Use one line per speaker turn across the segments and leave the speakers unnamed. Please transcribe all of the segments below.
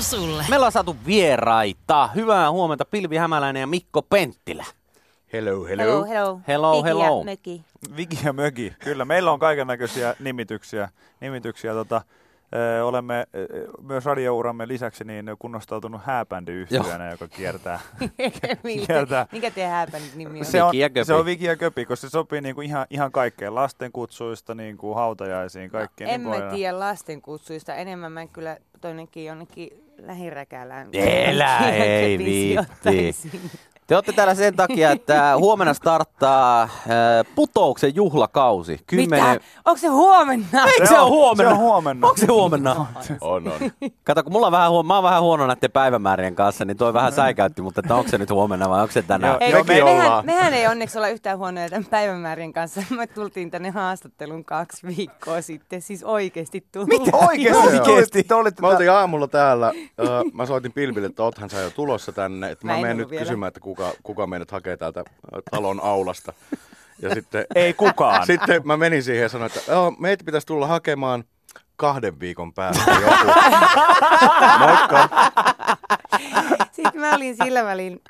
sulle.
Meillä on saatu vieraita. Hyvää huomenta Pilvi Hämäläinen ja Mikko Penttilä.
Hello, hello.
Hello, hello.
Hello,
Viki
hello.
Ja möki.
Viki ja Möki. Kyllä, meillä on kaiken näköisiä nimityksiä. nimityksiä tota, ö, olemme ö, myös radiouramme lisäksi niin kunnostautunut hääbändi yhtiönä, joka kiertää.
Mikä,
Sieltä.
mikä teidän hääpänyt nimi on?
Se on,
Viki ja Köpi.
se on Viki ja Köpi, koska se sopii niinku ihan, ihan kaikkeen. Lasten kutsuista, niinku, hautajaisiin,
niin
kaikkeen.
No, en mä
niinku aina.
tiedä lasten kutsuista. Enemmän mä kyllä toinenkin jonnekin lähiräkälään.
Elä, ei
Köpiin
viitti.
sijoittaisin.
Te olette täällä sen takia, että huomenna starttaa äh, putouksen juhlakausi.
Mitä?
Kymmenen...
Onko se huomenna?
Eikö se
Se
ole
on-
huomenna?
se on huomenna.
Onko se huomenna?
On, on.
Kato, kun mulla on vähän, huo- mä oon vähän huono näiden päivämäärien kanssa, niin toi vähän säikäytti, mutta että onko se nyt huomenna vai onko se tänään?
Joo,
Ei,
Mekin
mehän,
ollaan.
mehän ei onneksi olla yhtään huonoja tämän päivämäärien kanssa. Me tultiin tänne haastattelun kaksi viikkoa sitten. Siis oikeasti tultiin.
Oikeesti?
Joo.
Oikeesti? Te olitte
Mä
Tota-
tää-
oltiin aamulla täällä, ö, mä soitin Pilville, että oothan sä jo tulossa tänne. Että
Mä
mä,
en
menen
ollut
nyt
vielä.
kysymään, että kuka, kuka meidät hakee täältä ö, talon aulasta. Ja sitten,
Ei kukaan.
sitten mä menin siihen ja sanoin, että joo, meitä pitäisi tulla hakemaan kahden viikon päästä joku.
Sitten mä olin sillä välin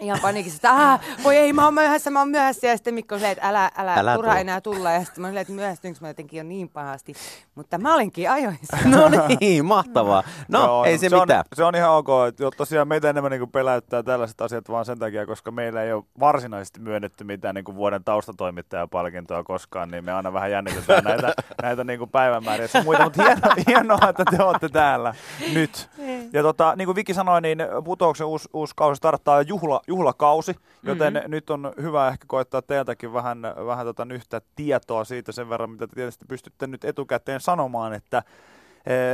ihan panikissa, että ah, voi ei, mä oon myöhässä, mä oon myöhässä. Ja sitten Mikko silleen, että älä, älä,
Älä
älä
tuo.
turha enää tulla. Ja sitten mä olin, että myöhästynkö mä jotenkin jo niin pahasti. Mutta mä olinkin ajoissa.
No niin, mahtavaa. No,
Joo,
ei se,
se
mitään.
On, se on ihan ok. että jo- Tosiaan meitä enemmän niin peläyttää tällaiset asiat vaan sen takia, koska meillä ei ole varsinaisesti myönnetty mitään niin vuoden taustatoimittajapalkintoa koskaan, niin me aina vähän jännitetään näitä, näitä niin kuin päivämääriä ja sun muita, mutta hienoa, hienoa, että te olette täällä nyt. Ja tota, niin kuin Viki sanoi, niin putouksen uusi, uusi kausi starttaa juhla, juhlakausi, joten mm-hmm. nyt on hyvä ehkä koittaa teiltäkin vähän, vähän tota yhtä tietoa siitä sen verran, mitä te tietysti pystytte nyt etukäteen sanomaan, että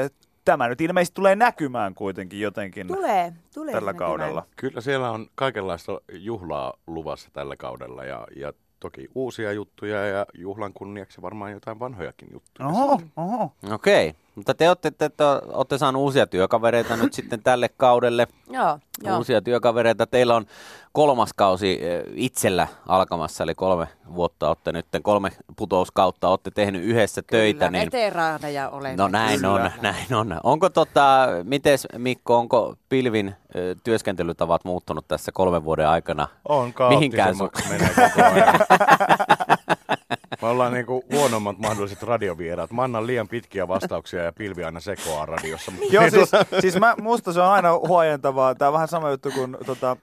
eh, Tämä nyt ilmeisesti tulee näkymään kuitenkin jotenkin
Tulee, tulee.
tällä
näkymään.
kaudella.
Kyllä siellä on kaikenlaista juhlaa luvassa tällä kaudella ja, ja toki uusia juttuja ja juhlan kunniaksi varmaan jotain vanhojakin juttuja.
Oho, oho.
Okei, mutta te olette, te, te olette saanut uusia työkavereita nyt sitten tälle kaudelle.
Joo, joo.
Uusia työkavereita. Teillä on kolmas kausi eh, itsellä alkamassa, eli kolme vuotta olette nyt, kolme putouskautta olette tehnyt yhdessä töitä.
Kyllä,
Niin...
Veteraaneja olen.
No näin on,
Kyllä.
näin on. Onko tota, mites Mikko, onko Pilvin ö, työskentelytavat muuttunut tässä kolmen vuoden aikana?
On
Mihinkään
kaoottisemmaksi menee koko ajan. Me ollaan niinku huonommat mahdolliset radiovieraat. Mä annan liian pitkiä vastauksia ja pilvi aina sekoaa radiossa. Mutta niin
Joo, siis, siis mä, musta se on aina huojentavaa. Tämä on vähän sama juttu kuin tota,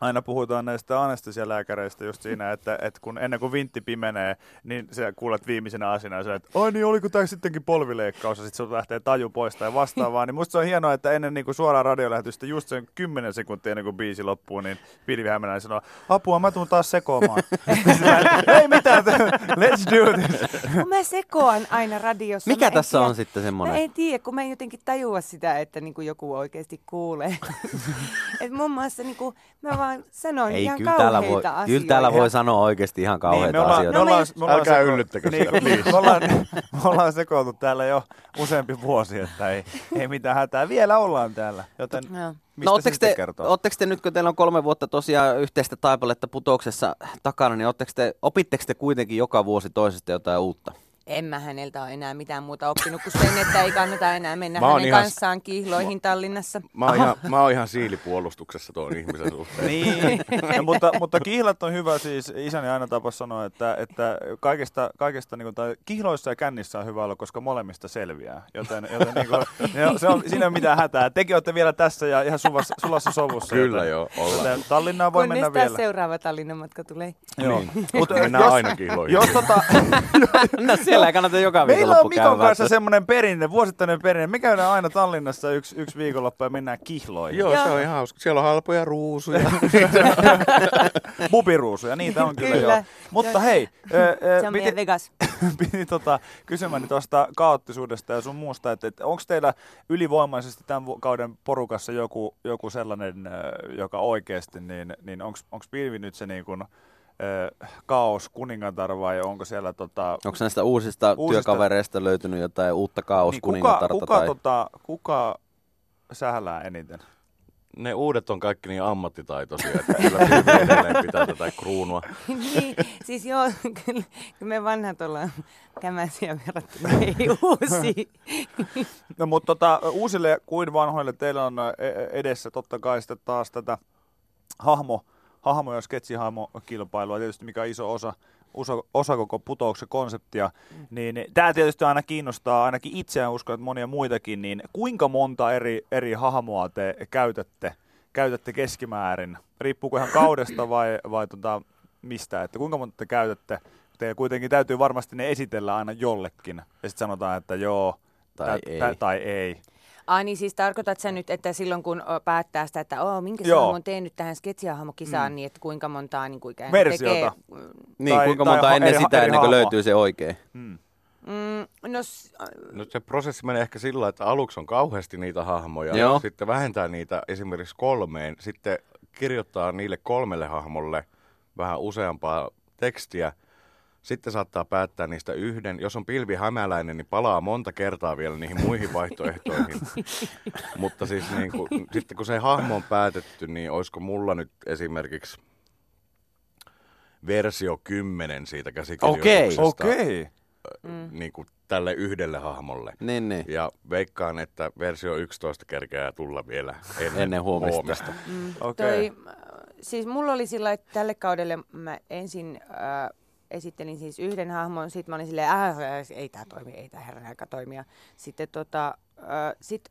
aina puhutaan näistä anestesialääkäreistä just siinä, että, että kun, ennen kuin vintti pimenee, niin sä kuulet viimeisenä asiana sen, että ai niin, oliko tämä sittenkin polvileikkaus, ja sitten sun lähtee taju pois tai vastaavaa. Niin musta se on hienoa, että ennen niin kuin suoraa radiolähetystä just sen 10 sekuntia ennen kuin biisi loppuu, niin Pilvi Hämäläinen sanoo, apua, mä tuun taas sekoamaan. Sitten, Ei mitään, let's do this.
Kun mä sekoan aina radiossa.
Mikä
mä en
tässä
tiedä-
on sitten semmoinen?
Mä en tiedä, kun mä en jotenkin tajua sitä, että niinku joku oikeasti kuulee. Et mun muassa niinku, mä vaan sanon
Ei,
ihan
kyllä täällä, voi,
kauheita asioita.
kyllä täällä voi sanoa oikeasti ihan kauheita
Niin, me ollaan,
asioita.
Me ollaan, me ollaan
No Älkää
seko-
yllyttäkö
niin,
sitä, please.
me, ollaan, me ollaan sekoiltu täällä jo useampi vuosi, että ei, ei mitään hätää. Vielä ollaan täällä, joten
Joo.
mistä no,
ootteko
sitten
te,
te... kertoo?
ootteko te nyt, kun teillä on kolme vuotta tosiaan yhteistä taipaletta putouksessa takana, niin ootteko te, opitteko te kuitenkin joka vuosi toisesta jotain uutta?
En mä häneltä ole enää mitään muuta oppinut kuin sen, että ei kannata enää mennä
Mä oon
hänen
ihan-
kanssaan kiihloihin Tallinnassa.
Mä oon, ihan, mä oon ihan siilipuolustuksessa tuon ihmisen suhteen.
Niin, no, mutta, mutta kihlat on hyvä siis. Isäni aina tapas sanoa, että, että kaikista, kaikista niin kuin, tai kihloissa ja kännissä on hyvä olla, koska molemmista selviää. Joten, joten niin kuin, ne, se on, siinä ei ole mitään hätää. Tekin olette vielä tässä ja ihan suvassa, sulassa sovussa.
Kyllä
joten-
joo, ollaan.
joten Tallinnaan voi
Kunnes
mennä
taas
vielä.
seuraava Tallinnan matka tulee.
Joo. Mut, äh,
Mennään
jos-
Niin. aina kihloihin.
Jos tota,
No siellä ei kannata joka
Meillä on
viikonloppu
Mikon
käydä.
kanssa semmoinen perinne, vuosittainen perinne. Me käydään aina Tallinnassa yksi, yksi viikonloppu ja mennään kihloihin.
Joo, se on ihan hauska. Siellä on halpoja ruusuja.
Bubiruusuja, niitä on kyllä,
Kyllä.
joo. Mutta hei, ö, ö,
Se on meidän
piti,
Vegas.
piti tota, kysymäni tuosta kaoottisuudesta ja sun muusta, että, että onko teillä ylivoimaisesti tämän vu- kauden porukassa joku, joku sellainen, ö, joka oikeasti, niin, niin onko Pilvi nyt se niin kuin, ö, kaos kuningatar vai onko siellä tota,
Onko näistä uusista,
Uusista-
työkavereista löytynyt jotain uutta kaos
niin kuka, tota-
kuningatarta
kuka,
tai...
tota, kuka sählää eniten?
ne uudet on kaikki niin ammattitaitoisia, että kyllä tyyppi edelleen pitää tätä kruunua.
niin, siis joo, kyllä, kyllä me vanhat ollaan kämäsiä verrattuna ei uusi.
No, mutta tota, uusille kuin vanhoille teillä on e- edessä totta kai sitten taas tätä hahmo, hahmo- ja sketsihahmokilpailua, tietysti mikä on iso osa, osa, osa koko putouksen konseptia, niin tämä tietysti aina kiinnostaa, ainakin itseään uskon, että monia muitakin, niin kuinka monta eri, eri hahmoa te käytätte, käytätte keskimäärin? Riippuuko ihan kaudesta vai, vai tota, mistä, että kuinka monta te käytätte? Teillä kuitenkin täytyy varmasti ne esitellä aina jollekin, ja sitten sanotaan, että joo,
Tai
tä-
ei.
tä- tai ei.
Ai niin, siis tarkoitat sä nyt, että silloin kun ö, päättää sitä, että oo, minkä
Joo.
Joo. on tehnyt tähän sketsihahmokisaan, mm. niin että kuinka montaa niin kuin ikään kuin tekee.
Versiota.
Niin,
Tai-
tai, kuinka
tai
monta
ha-
ennen
eri-
sitä,
eri
ennen kuin
hahmoa.
löytyy se oikein?
Mm, no, s-
Nyt se prosessi menee ehkä sillä, että aluksi on kauheasti niitä hahmoja,
Joo.
sitten vähentää niitä esimerkiksi kolmeen, sitten kirjoittaa niille kolmelle hahmolle vähän useampaa tekstiä, sitten saattaa päättää niistä yhden. Jos on pilvi hämäläinen, niin palaa monta kertaa vielä niihin muihin vaihtoehtoihin. Mutta siis niin kun, sitten kun se hahmo on päätetty, niin olisiko mulla nyt esimerkiksi versio 10 siitä käsikirjoituksesta
Okei. Okay.
niin kuin tälle yhdelle hahmolle.
Mm.
Niin, niin.
Ja veikkaan, että versio 11 kerkeää tulla vielä ennen,
Ennen huomista.
Okei.
Toi, äh, siis mulla oli sillä että tälle kaudelle mä ensin äh, esittelin siis yhden hahmon, sitten mä olin silleen, äh, äh, ei tää toimi, ei tää herran aika toimia. Sitten tota, äh, sit,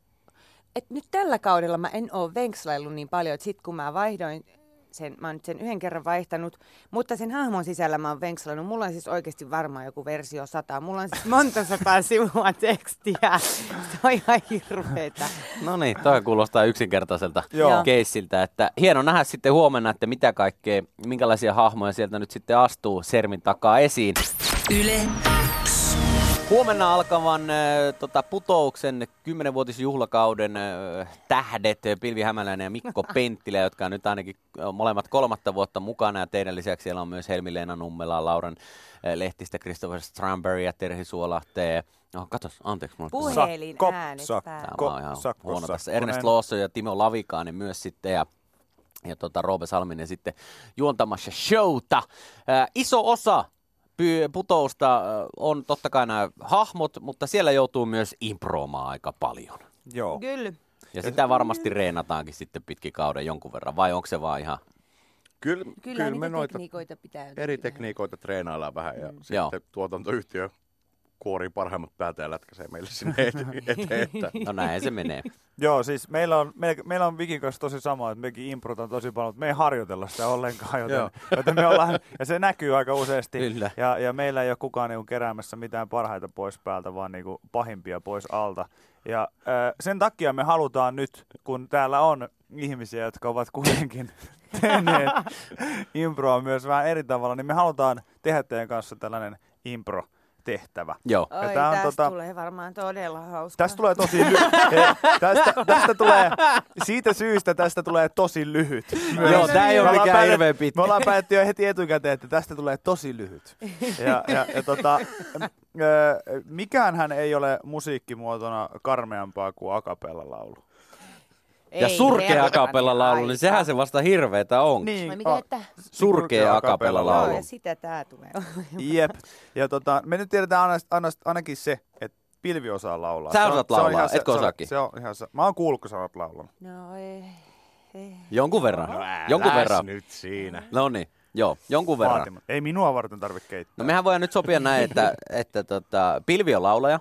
et nyt tällä kaudella mä en oo venkslaillut niin paljon, että sit kun mä vaihdoin sen, mä oon nyt sen yhden kerran vaihtanut, mutta sen hahmon sisällä mä oon venkslannut. Mulla on siis oikeasti varmaan joku versio sata. Mulla on siis monta sataa sivua tekstiä. Se on ihan hirveetä.
No niin, toi kuulostaa yksinkertaiselta
Joo.
keissiltä. Että hieno nähdä sitten huomenna, että mitä kaikkea, minkälaisia hahmoja sieltä nyt sitten astuu sermin takaa esiin.
Yle X.
Huomenna alkavan äh, tota, putouksen 10-vuotisjuhlakauden äh, tähdet, äh, Pilvi Hämäläinen ja Mikko Penttilä, jotka on nyt ainakin äh, molemmat kolmatta vuotta mukana. Ja teidän lisäksi siellä on myös Helmi-Leena Nummelaa, Lauran äh, Lehtistä, Christopher Stramberg ja Terhi Suolahteen. No, katos, anteeksi, mulla
Puhe-
Sa-
Puhelin
Sakko,
äänet päällä.
Tämä
sakko,
on ihan
sakko,
huono tässä.
sakkonen.
Ernest Loosso ja Timo Lavikainen myös sitten ja ja tota, Roope Salminen sitten juontamassa showta. Ää, iso osa py- putousta ää, on totta kai nämä hahmot, mutta siellä joutuu myös improomaan aika paljon.
Joo.
Kyllä.
Ja sitä varmasti reenataankin sitten pitkin kauden jonkun verran, vai onko se vaan ihan...
Kyllä,
Kyllä,
kyllä,
niitä
me noita
tekniikoita pitää.
eri tekniikoita treenaillaan vähän ja sitten
Joo.
tuotantoyhtiö kuori parhaimmat päältä ja lätkäsee meille sinne et- eteen. Että.
No näin se menee.
Joo, siis meillä on, me, meillä on Vikin kanssa tosi sama, että mekin improtaan tosi paljon, mutta me ei harjoitella sitä ollenkaan, joten,
Joo.
joten me ollaan, ja se näkyy aika useasti.
Kyllä.
Ja, ja meillä ei ole kukaan niinku keräämässä mitään parhaita pois päältä, vaan niinku pahimpia pois alta. Ja äh, sen takia me halutaan nyt, kun täällä on ihmisiä, jotka ovat kuitenkin tehneet improa myös vähän eri tavalla, niin me halutaan tehdä teidän kanssa tällainen impro-tehtävä.
Joo.
Oi,
tää
tää
on
on tästä
tota-
tulee varmaan todella hauskaa.
Tästä tulee tosi lyhyt. tästä, tästä tulee, siitä syystä tästä tulee tosi lyhyt. Myös.
Joo, tää ei
Me
ole
ollaan
mikään hirveän
päätetty-
pitkä.
Me ollaan päätetty jo heti etukäteen, että tästä tulee tosi lyhyt. Ja, ja, ja tota, ö, mikäänhän ei ole musiikkimuotona karmeampaa kuin akapella laulu.
Ja surkea akapella laulu, niin sehän se vasta hirveetä on.
Niin.
Vai mitä,
o-
että?
Surkea akapella
Joo,
laulu.
ja sitä tää tulee.
Jep. Ja tota, me nyt tiedetään aina, aina, ainakin se, että pilvi osaa laulaa.
Sä
Se on-
osaat
se on
laulaa,
ihan se-
etkö
se on-
osaakin?
Se on ihan se. Mä oon kuullut, kun sä oot laulanut.
No eh. ei. ei.
Jonkun verran.
No,
Jonkun
Äläs
verran.
nyt siinä.
No niin, joo, jonkun verran.
Vaatimat. Ei minua varten tarvitse keittää.
No mehän voidaan nyt sopia näin, että, että tota, Pilvi on laulaja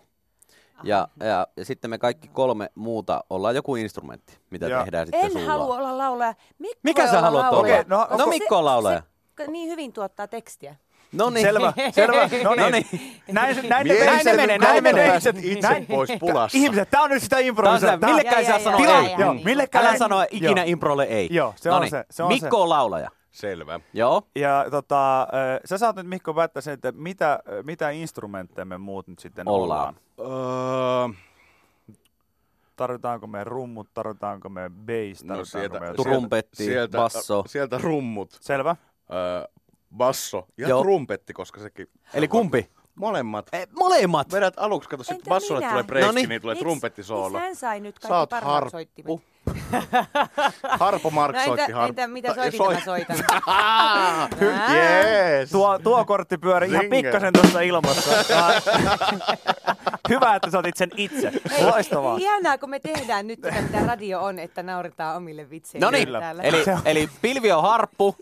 ja, ja, ja sitten me kaikki kolme muuta ollaan joku instrumentti, mitä
Joo.
tehdään sitten
En
sulla.
halua olla laulaja. Mikko
Mikä
ei
sä
ole
haluat
laulaja.
olla?
Okei, no,
no Mikko on laulaja.
Se, se niin hyvin tuottaa tekstiä.
No niin.
Selvä, selvä. No niin. Näin, näin, ne
Näin
menee,
ne
menee,
menee,
näin ne
näin
menee.
ne menee.
Ihmiset,
Itse pois pulassa.
Ihmiset, tää on nyt sitä improvisointia.
Tää-
Tää-
millekään
Joo,
ei saa sanoa
joo, joo,
ei.
joo,
Joo,
niin.
millekään
Älä
ei-
sanoa ikinä
Joo.
improlle ei.
Joo, se on
Noniin.
se, se on
Mikko
se.
on laulaja.
Selvä.
Joo.
Ja tota, äh, sä saat nyt Mikko päättää sen, että mitä, äh, mitä instrumentteja me muut nyt sitten ollaan.
Ollaan.
ollaan.
Öö,
Tarvitaanko me rummut, tarvitaanko me bass, tarvitaanko
no sieltä,
me...
Turun- Trumpetti,
sieltä,
basso.
Sieltä rummut,
Selvä.
öö, basso ja
Joo.
trumpetti, koska sekin...
Eli kumpi?
Molemmat.
Eh, Molemmat.
Vedät aluksi, kato,
Entä
sitten bassolle
minä?
tulee breikki,
Noniin.
niin tulee
Miks-
trumpettisoolo.
miksi hän sai nyt
Sä
kaikki
oot
parhaat
harppu.
soittimet?
Harpo Mark
No
soitti
entä,
Harpo.
entä mitä soitin, soi... mä soitan?
Jees.
Tuo, tuo kortti pyöri ihan
Ringe.
pikkasen tuossa ilmassa. Hyvä, että sä otit sen itse. Loistavaa.
Ihanaa, kun me tehdään nyt sitä, mitä radio on, että nauretaan omille vitseille
No niin,
täällä.
eli, eli Pilvi on harppu,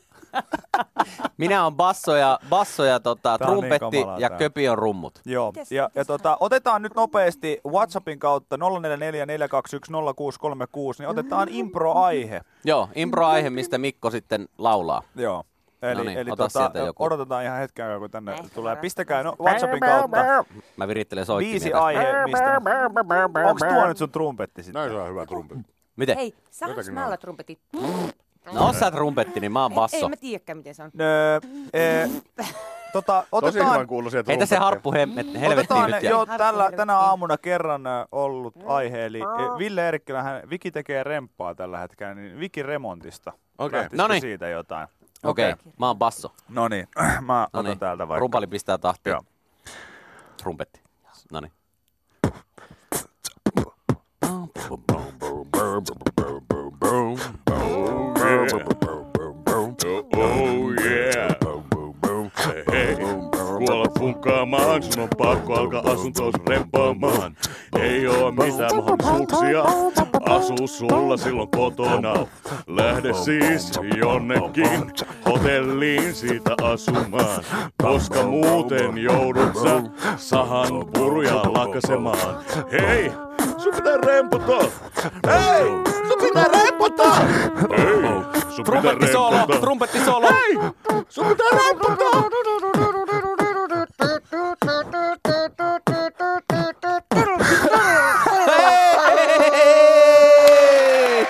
minä on basso ja, basso ja tota,
Tää on niin
trumpetti
kamalaa
ja
tää.
köpi on rummut.
Joo,
Mites-
ja, ja
mites
tota, otetaan nyt nopeasti WhatsAppin kautta 044 421 0636, niin otetaan impro-aihe.
Joo, improaihe, mistä Mikko sitten laulaa.
Joo. Eli,
No niin,
eli
ota
tota,
sieltä joku.
odotetaan ihan hetken aikaa, kun tänne
Ehkä
tulee.
varastaa
Pistäkää no, WhatsAppin kautta
Mä virittelen soittimia.
viisi
tästä.
aihe, mistä... Onks tuo nyt sun trumpetti sitten?
Näin se on hyvä trumpi.
Miten?
Hei, saanko
Jotakin
mä
on.
olla trumpetin?
No oot sä trumpetti, niin mä oon
Ei,
basso.
mä tiedäkään, miten se on.
Öö, e, tota,
Tosi
otetaan,
hyvän kuuluisia
Heitä se
trumpetteja.
harppu
Niin.
hem- helvettiin
otetaan
nyt.
jo
Ja...
Harppu
tällä,
helvettiin.
tänä aamuna kerran ö, ollut aihe, eli ö, Ville Eerikkilähän, Viki tekee remppaa tällä hetkellä, niin Viki remontista.
Okei.
Lähtisikö
Noniin.
siitä jotain?
Okei, okay. mä oon basso.
No niin, mä
No
otan
niin,
täältä vaikka.
rumpali pistää tahtia.
Joo.
Trumpetti. No niin.
Oh yeah. Hei, kuolla funkkaamaan, sun on pakko alkaa asuntoos remppaamaan. Ei oo mitään mahdollisuuksia, asu sulla silloin kotona. Lähde siis jonnekin hotelliin siitä asumaan, koska muuten joudut sä sahan puruja lakasemaan. Hei, sun pitää remputa! Hei, sun pitää remputa! Hei, sun pitää
Trumpetti solo,
remputa!
trumpetti solo.
Sun pitää remputa!
Hei!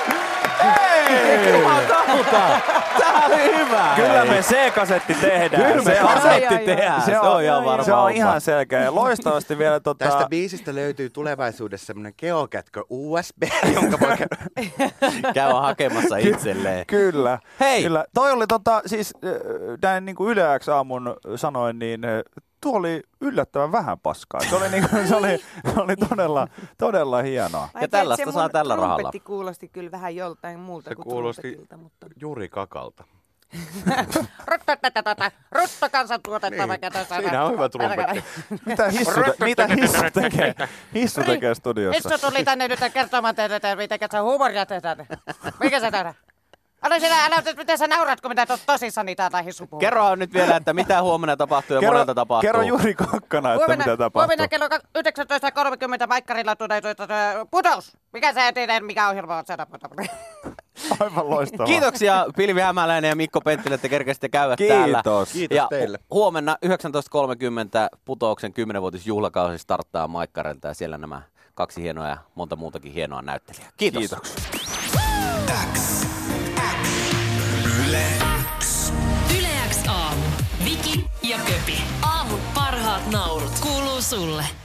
Hei! Jumalauta! Tää oli hyvä!
Kyllä me C-kasetti tehdään.
Kyllä me
Se on-
kasetti
Ai, ai, ai.
tehdään. Se on ihan varma.
Se on
homma.
ihan selkeä. Ja Loistavasti vielä tota...
Tästä biisistä löytyy tulevaisuudessa semmoinen geokätkö USB, jonka voi kä-
Käy hakemassa itselleen.
Kyllä.
Hei!
Kyllä. Toi oli tota, siis äh, näin niin kuin Yle X aamun sanoin, niin äh, tuo oli yllättävän vähän paskaa. Se oli, niin kuin, se oli, se oli todella, todella hienoa.
Ja
Mä en tiedä,
tällaista
se
saa
mun
tällä rahalla.
trumpetti kuulosti kyllä vähän joltain muulta
Se
kuin
kuulosti-
trumpetilta, mutta...
Juri Kakalta.
Rutta kansantuotettava,
Niin.
Niin. Siinä on hyvä trumpetti.
Mitä hissu, te- mitä hissu tekee? Hissu tekee studiossa.
Essu tuli tänne nyt kertomaan teille, että miten sä huumoria tehdään. Mikä sä tehdään? Älä sinä, älä, miten sä naurat, kun minä tot- tosissani täällä hissu puhun.
Kerro nyt vielä, että mitä huomenna tapahtuu ja monelta tapahtuu.
kerro Juri Kakkana, että
Huomenna,
mitä tapahtuu.
huomenna kello kak- 19.30 maikkarilla tulee tuo- tuo- tuo putous. tuota- Mikä sä tiedät, mikä ohjelma on siellä putous?
Aivan loistavaa.
Kiitoksia Pilvi Hämäläinen ja Mikko Penttilä, että kerkesitte käydä
Kiitos.
täällä.
Kiitos
ja
teille.
hu- Huomenna 19.30 putouksen 10-vuotisjuhlakausi starttaa Maikkarelta ja siellä nämä kaksi hienoa ja monta muutakin hienoa näyttelijää. Kiitos. Kiitos.
Yle X aamu. Viki ja Köpi. Aamun parhaat naurut. Kuuluu sulle.